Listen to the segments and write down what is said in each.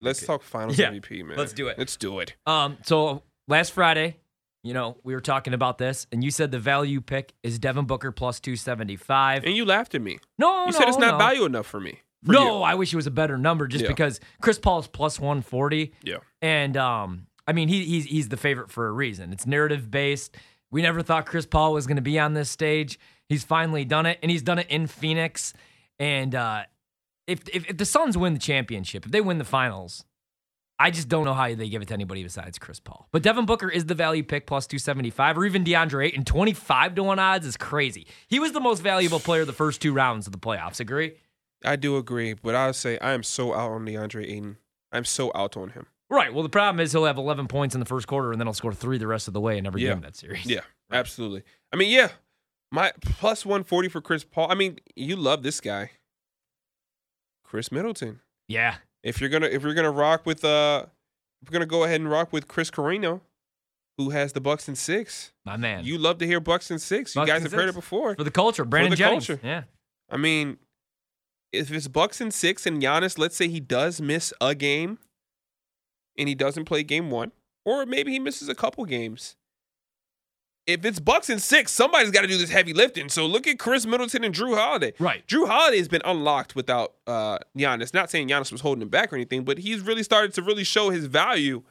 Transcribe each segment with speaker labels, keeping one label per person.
Speaker 1: Let's
Speaker 2: Okay.
Speaker 1: talk finals
Speaker 2: Yeah.
Speaker 1: MVP, man.
Speaker 2: Let's do it.
Speaker 1: Let's do it.
Speaker 2: Um, so last Friday, you know, we were talking about this, and you said the value pick is Devin Booker plus two seventy five.
Speaker 1: And you laughed at me.
Speaker 2: No,
Speaker 1: You
Speaker 2: Oh, no,
Speaker 1: said it's not
Speaker 2: no.
Speaker 1: value enough for me. For
Speaker 2: No,
Speaker 1: you.
Speaker 2: I wish it was a better number, just
Speaker 1: Yeah.
Speaker 2: because Chris Paul's plus one forty.
Speaker 1: Yeah.
Speaker 2: and um, I mean he, he's he's the favorite for a reason. It's narrative based. We never thought Chris Paul was going to be on this stage. He's finally done it, and he's done it in Phoenix. And uh, if, if if the Suns win the championship, if they win the finals, I just don't know how they give it to anybody besides Chris Paul. But Devin Booker is the value pick plus two seventy five, or even DeAndre Ayton twenty five to one odds is crazy. He was the most valuable player the first two rounds of the playoffs. Agree?
Speaker 1: I do agree, but I would say I am so out on DeAndre Ayton. I'm so out on him.
Speaker 2: Right. Well, the problem is he'll have 11 points in the first quarter, and then he'll score three the rest of the way in every
Speaker 1: Yeah.
Speaker 2: game of that series.
Speaker 1: Yeah, absolutely. I mean, yeah, my plus 140 for Chris Paul. I mean, you love this guy, Chris Middleton.
Speaker 2: Yeah.
Speaker 1: If you're gonna if you're gonna rock with uh, if we're gonna go ahead and rock with Chris Carino, who has the Bucks in six.
Speaker 2: My man.
Speaker 1: You love to hear Bucks in six. You
Speaker 2: Bucks
Speaker 1: guys
Speaker 2: in
Speaker 1: have heard it
Speaker 2: six.
Speaker 1: before.
Speaker 2: for the culture, Brandon
Speaker 1: the
Speaker 2: Jennings.
Speaker 1: culture.
Speaker 2: Yeah.
Speaker 1: I mean, if it's Bucks in six and Giannis, let's say he does miss a game and he doesn't play game one, or maybe he misses a couple games. If it's Bucks in six, somebody's got to do this heavy lifting. So look at Chris Middleton and Drew Holiday.
Speaker 2: Right.
Speaker 1: Drew Holiday has been unlocked without uh, Giannis. Not saying Giannis was holding him back or anything, but he's really started to really show his value.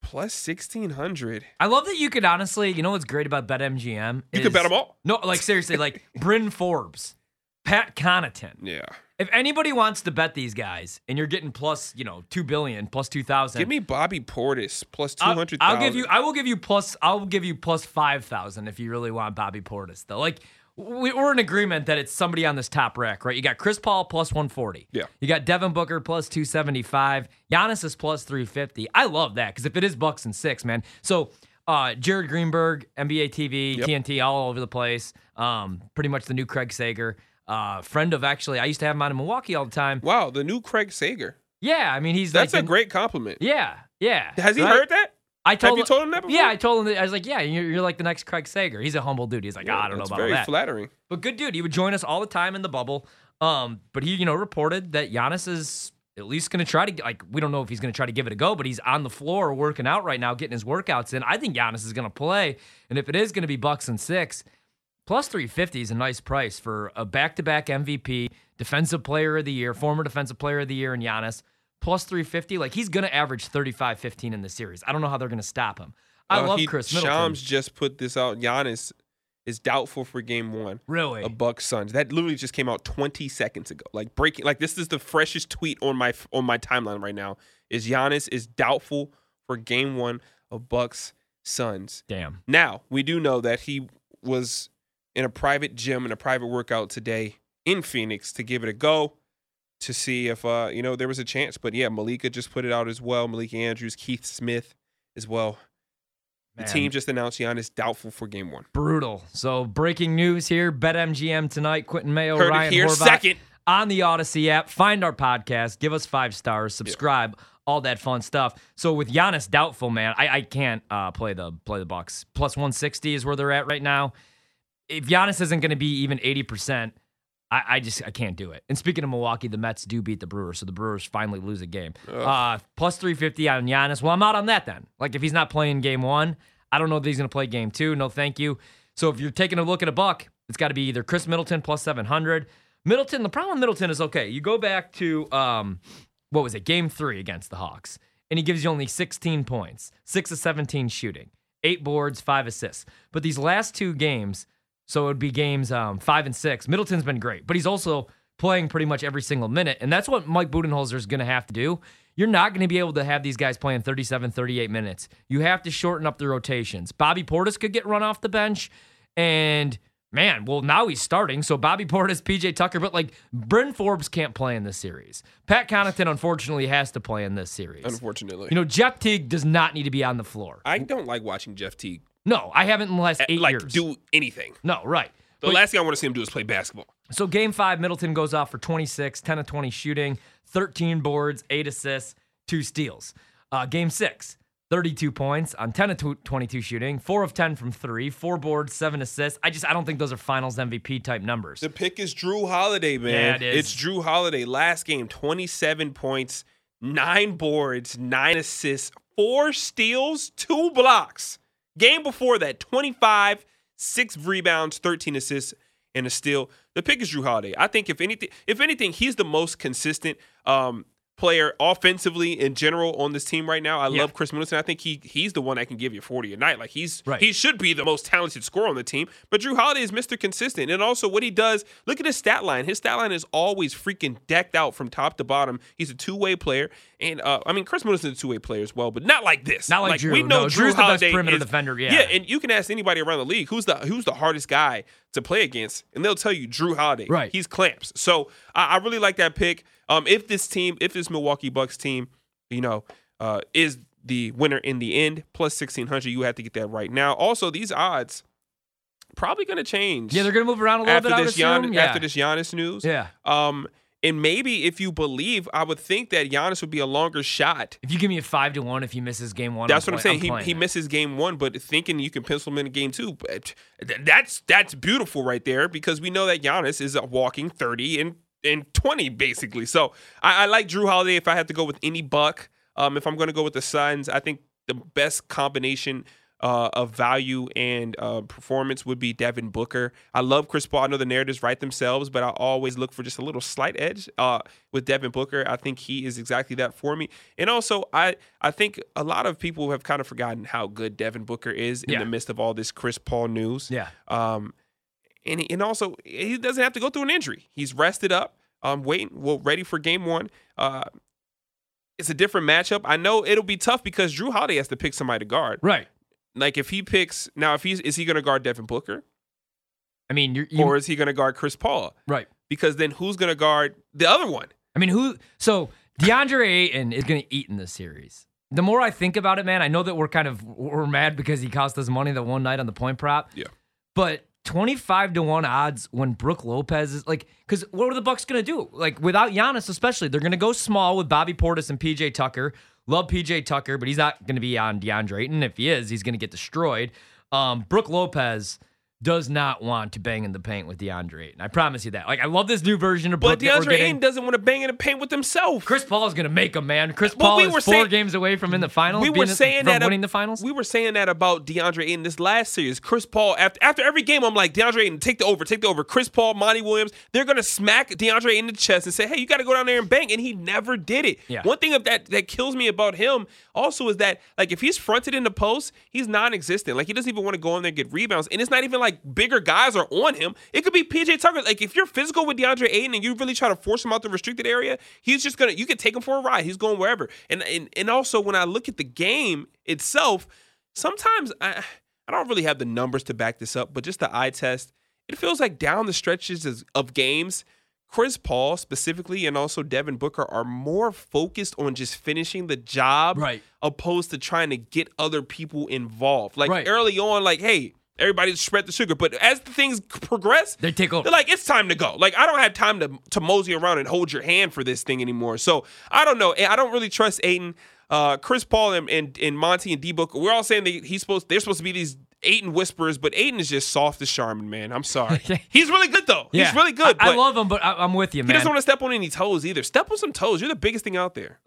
Speaker 1: Plus sixteen hundred.
Speaker 2: I love that you could honestly, you know what's great about BetMGM?
Speaker 1: You could
Speaker 2: is-
Speaker 1: bet them all.
Speaker 2: No, like seriously, like Bryn Forbes, Pat Connaughton.
Speaker 1: Yeah.
Speaker 2: If anybody wants to bet these guys and you're getting plus, you know, 2 billion, plus 2,000.
Speaker 1: Give me Bobby Portis plus two
Speaker 2: I'll,
Speaker 1: hundred.
Speaker 2: I'll give you. I will give you plus. I'll give you plus five thousand if you really want Bobby Portis, though. Like we, we're in agreement that it's somebody on this top rack, right? You got Chris Paul plus one forty.
Speaker 1: Yeah.
Speaker 2: You got Devin Booker plus two seventy five. Giannis is plus three fifty. I love that because if it is Bucks and six, man. So. Uh, Jared Greenberg, NBA TV,
Speaker 1: Yep.
Speaker 2: TNT, all over the place. Um, pretty much the new Craig Sager, uh, friend of actually. I used to have him out in Milwaukee all the time.
Speaker 1: Wow, the new Craig Sager.
Speaker 2: Yeah, I mean he's
Speaker 1: That's
Speaker 2: like
Speaker 1: a
Speaker 2: the-
Speaker 1: great compliment.
Speaker 2: Yeah, yeah.
Speaker 1: Has he
Speaker 2: Right?
Speaker 1: heard that?
Speaker 2: I told
Speaker 1: you told him that
Speaker 2: Yeah,
Speaker 1: before?
Speaker 2: I told him that. I was like, yeah, you're, you're like the next Craig Sager. He's a humble dude. He's like, "Ah, I don't know
Speaker 1: That's
Speaker 2: about
Speaker 1: very
Speaker 2: all that.
Speaker 1: flattering.
Speaker 2: But good dude. He would join us all the time in the bubble. Um, but he, you know, reported that Giannis is at least going to try to, like, we don't know if he's going to try to give it a go, but he's on the floor working out right now, getting his workouts in. I think Giannis is going to play. And if it is going to be Bucks and six, plus 350 is a nice price for a back to back MVP, defensive player of the year, former defensive player of the year, and Giannis. Plus 350, like, he's going to average 35 15 in the series. I don't know how they're going to stop him. I
Speaker 1: Uh,
Speaker 2: love
Speaker 1: he-
Speaker 2: Chris Middleton.
Speaker 1: Shams just put this out. Giannis is doubtful for game one.
Speaker 2: really?
Speaker 1: A Bucks Suns. That literally just came out 20 seconds ago. Like breaking. Like this is the freshest tweet on my on my timeline right now. Is Giannis is doubtful for game one of Bucks Suns.
Speaker 2: Damn.
Speaker 1: Now we do know that he was in a private gym in a private workout today in Phoenix to give it a go to see if uh you know there was a chance. But yeah, Malika just put it out as well. Malika Andrews, Keith Smith as well.
Speaker 2: Man.
Speaker 1: The team just announced Giannis doubtful for game one.
Speaker 2: Brutal. So breaking news here: BetMGM tonight. Quentin Mayo,
Speaker 1: Heard
Speaker 2: Ryan
Speaker 1: it here
Speaker 2: Horvath
Speaker 1: second.
Speaker 2: on the Odyssey app. Find our podcast. Give us five stars. Subscribe. All that fun stuff. So with Giannis doubtful, man, I, I can't uh, play the play the Bucks. Plus 160 is where they're at right now. If Giannis isn't going to be even 80 percent, I, I just I can't do it. And speaking of Milwaukee, the Mets do beat the Brewers, so the Brewers finally lose a game. Uh, plus 350 on Giannis. Well, I'm out on that then. Like if he's not playing game one, I don't know that he's going to play game two. No, thank you. So if you're taking a look at a buck, it's got to be either Chris Middleton plus 700. Middleton. The problem with Middleton is okay. You go back to um, what was it? Game three against the Hawks, and he gives you only 16 points, six of 17 shooting, eight boards, five assists. But these last two games. So it would be games um, five and six. Middleton's been great, but he's also playing pretty much every single minute. And that's what Mike Budenholzer is going to have to do. You're not going to be able to have these guys playing 37, 38 minutes. You have to shorten up the rotations. Bobby Portis could get run off the bench. And man, well, now he's starting. So Bobby Portis, PJ Tucker, but like Bryn Forbes can't play in this series. Pat Connaughton, unfortunately, has to play in this series.
Speaker 1: Unfortunately,
Speaker 2: You know, Jeff Teague does not need to be on the floor.
Speaker 1: I don't like watching Jeff Teague
Speaker 2: No, I haven't in the last eight
Speaker 1: Eh, like
Speaker 2: years.
Speaker 1: do anything.
Speaker 2: no, right.
Speaker 1: The last thing I want to see him do is play basketball.
Speaker 2: So game five, Middleton goes off for 26, 10 of 20 shooting, 13 boards, eight assists, two steals. Uh, game six, 32 points on 10 of tw- 22 shooting, four of 10 from three, four boards, seven assists. I just I don't think those are Finals MVP type numbers.
Speaker 1: The pick is Drew Holiday, man.
Speaker 2: Yeah, it is.
Speaker 1: It's Drew Holiday. Last game, 27 points, nine boards, nine assists, four steals, two blocks. Game before that, 25, six rebounds, 13 assists, and a steal. The pick is Drew Holiday. I think if anything, if anything, he's the most consistent um, player offensively in general on this team right now. I
Speaker 2: Yeah.
Speaker 1: love Chris Middleton. I think he he's the one that can give you 40 a night. Like he's
Speaker 2: Right.
Speaker 1: he should be the most talented scorer on the team. But Drew Holiday is Mr. Consistent. And also what he does, look at his stat line. His stat line is always freaking decked out from top to bottom. He's a two-way player. And uh, I mean Chris Middleton's a two-way player as well, but not like this.
Speaker 2: Not like Drew.
Speaker 1: we know
Speaker 2: No,
Speaker 1: Drew
Speaker 2: Drew's the best
Speaker 1: Holiday
Speaker 2: perimeter
Speaker 1: is-
Speaker 2: defender, yeah.
Speaker 1: Yeah, and you can ask anybody around the league who's the who's the hardest guy to play against, and they'll tell you Drew Holiday.
Speaker 2: Right.
Speaker 1: He's clamps. So I, I really like that pick. Um, if this team, if this Milwaukee Bucks team, you know, uh, is the winner in the end, plus sixteen hundred, you have to get that right now. Also, these odds probably going to change.
Speaker 2: Yeah, they're gonna move around a little
Speaker 1: after
Speaker 2: bit. I would
Speaker 1: this
Speaker 2: assume.
Speaker 1: Gian-
Speaker 2: yeah.
Speaker 1: after this Giannis news.
Speaker 2: yeah.
Speaker 1: Um, and maybe if you believe, I would think that Giannis would be a longer shot
Speaker 2: If you give me a five to one, if he misses game one,
Speaker 1: that's
Speaker 2: I'm
Speaker 1: what I'm
Speaker 2: play-
Speaker 1: saying.
Speaker 2: playing
Speaker 1: he he
Speaker 2: that.
Speaker 1: misses game one, but thinking you can pencil him in game two, but eh, th- that's that's beautiful right there because we know that Giannis is a walking thirty and and twenty basically. So I, I like Drew Holiday if I had to go with any buck. Um, if I'm going to go with the Suns, I think the best combination. Uh, of value and uh, performance would be Devin Booker. I love Chris Paul. I know the narratives write themselves, but I always look for just a little slight edge uh, with Devin Booker. I think he is exactly that for me. And also, I I think a lot of people have kind of forgotten how good Devin Booker is in
Speaker 2: Yeah.
Speaker 1: the midst of all this Chris Paul news.
Speaker 2: Yeah.
Speaker 1: Um, and and also he doesn't have to go through an injury. He's rested up. Um, waiting, well, ready for game one. Uh, it's a different matchup. I know it'll be tough because Drew Holiday has to pick somebody to guard.
Speaker 2: Right.
Speaker 1: Like if he picks now, if he's is he going to guard Devin Booker
Speaker 2: I mean, you're, you
Speaker 1: or is he going to guard Chris Paul?
Speaker 2: right.
Speaker 1: Because then who's going to guard the other one?
Speaker 2: I mean, who? So DeAndre Ayton is going to eat in this series. The more I think about it, man, I know that we're kind of we're mad because he cost us money that one night on the point prop.
Speaker 1: Yeah.
Speaker 2: But twenty five to one odds when Brooke Lopez is like, because what are the Bucks going to do? Like without Giannis, especially, they're going to go small with Bobby Portis and PJ Tucker. Love PJ Tucker, but he's not going to be on DeAndre Ayton. If he is, he's going to get destroyed. Um, Brooke Lopez does not want to bang in the paint with DeAndre Ayton. I promise you that. Like I love this new version of Brooke.
Speaker 1: But
Speaker 2: that we're
Speaker 1: DeAndre
Speaker 2: getting.
Speaker 1: Ayton doesn't want to bang in the paint with himself.
Speaker 2: Chris Paul's gonna make him, man. Chris
Speaker 1: Well,
Speaker 2: Paul
Speaker 1: we
Speaker 2: is
Speaker 1: were
Speaker 2: four
Speaker 1: saying-
Speaker 2: games away from in the finals.
Speaker 1: we were
Speaker 2: being in-
Speaker 1: saying
Speaker 2: from
Speaker 1: that uh, ab-
Speaker 2: winning the finals.
Speaker 1: We were saying that about DeAndre Ayton this last series. Chris Paul after after every game, I'm like DeAndre Ayton, take the over, take the over. Chris Paul, Monty Williams, they're gonna smack DeAndre in the chest and say, hey, you got to go down there and bang, and he never did it.
Speaker 2: Yeah.
Speaker 1: One thing of that that kills me about him also is that like if he's fronted in the post, he's non-existent. Like he doesn't even want to go in there and get rebounds, and it's not even like bigger guys are on him. It could be PJ Tucker. Like if you're physical with DeAndre Ayton and you really try to force him out the restricted area, he's just gonna you can take him for a ride. He's going wherever. And and and also when I look at the game itself, sometimes I I don't really have the numbers to back this up, but just the eye test, it feels like down the stretches is- of games, Chris Paul specifically and also Devin Booker are more focused on just finishing the job
Speaker 2: Right.
Speaker 1: opposed to trying to get other people involved. Like
Speaker 2: Right.
Speaker 1: early on, like, hey, everybody spread the sugar. But as the things progress,
Speaker 2: they take over.
Speaker 1: they're like, it's time to go. Like, I don't have time to to mosey around and hold your hand for this thing anymore. So I don't know. I don't really trust Aiden. Uh, Chris Paul and, and and Monty and D Book. We're all saying that he's supposed. They're supposed to be these Aiden whispers, but Aiden is just soft as Charmin, man. I'm sorry. he's really good though.
Speaker 2: Yeah.
Speaker 1: He's really good.
Speaker 2: I, I
Speaker 1: but
Speaker 2: love him, but I, I'm with you,
Speaker 1: He
Speaker 2: man.
Speaker 1: doesn't want to step on any toes either. Step on some toes. You're the biggest thing out there.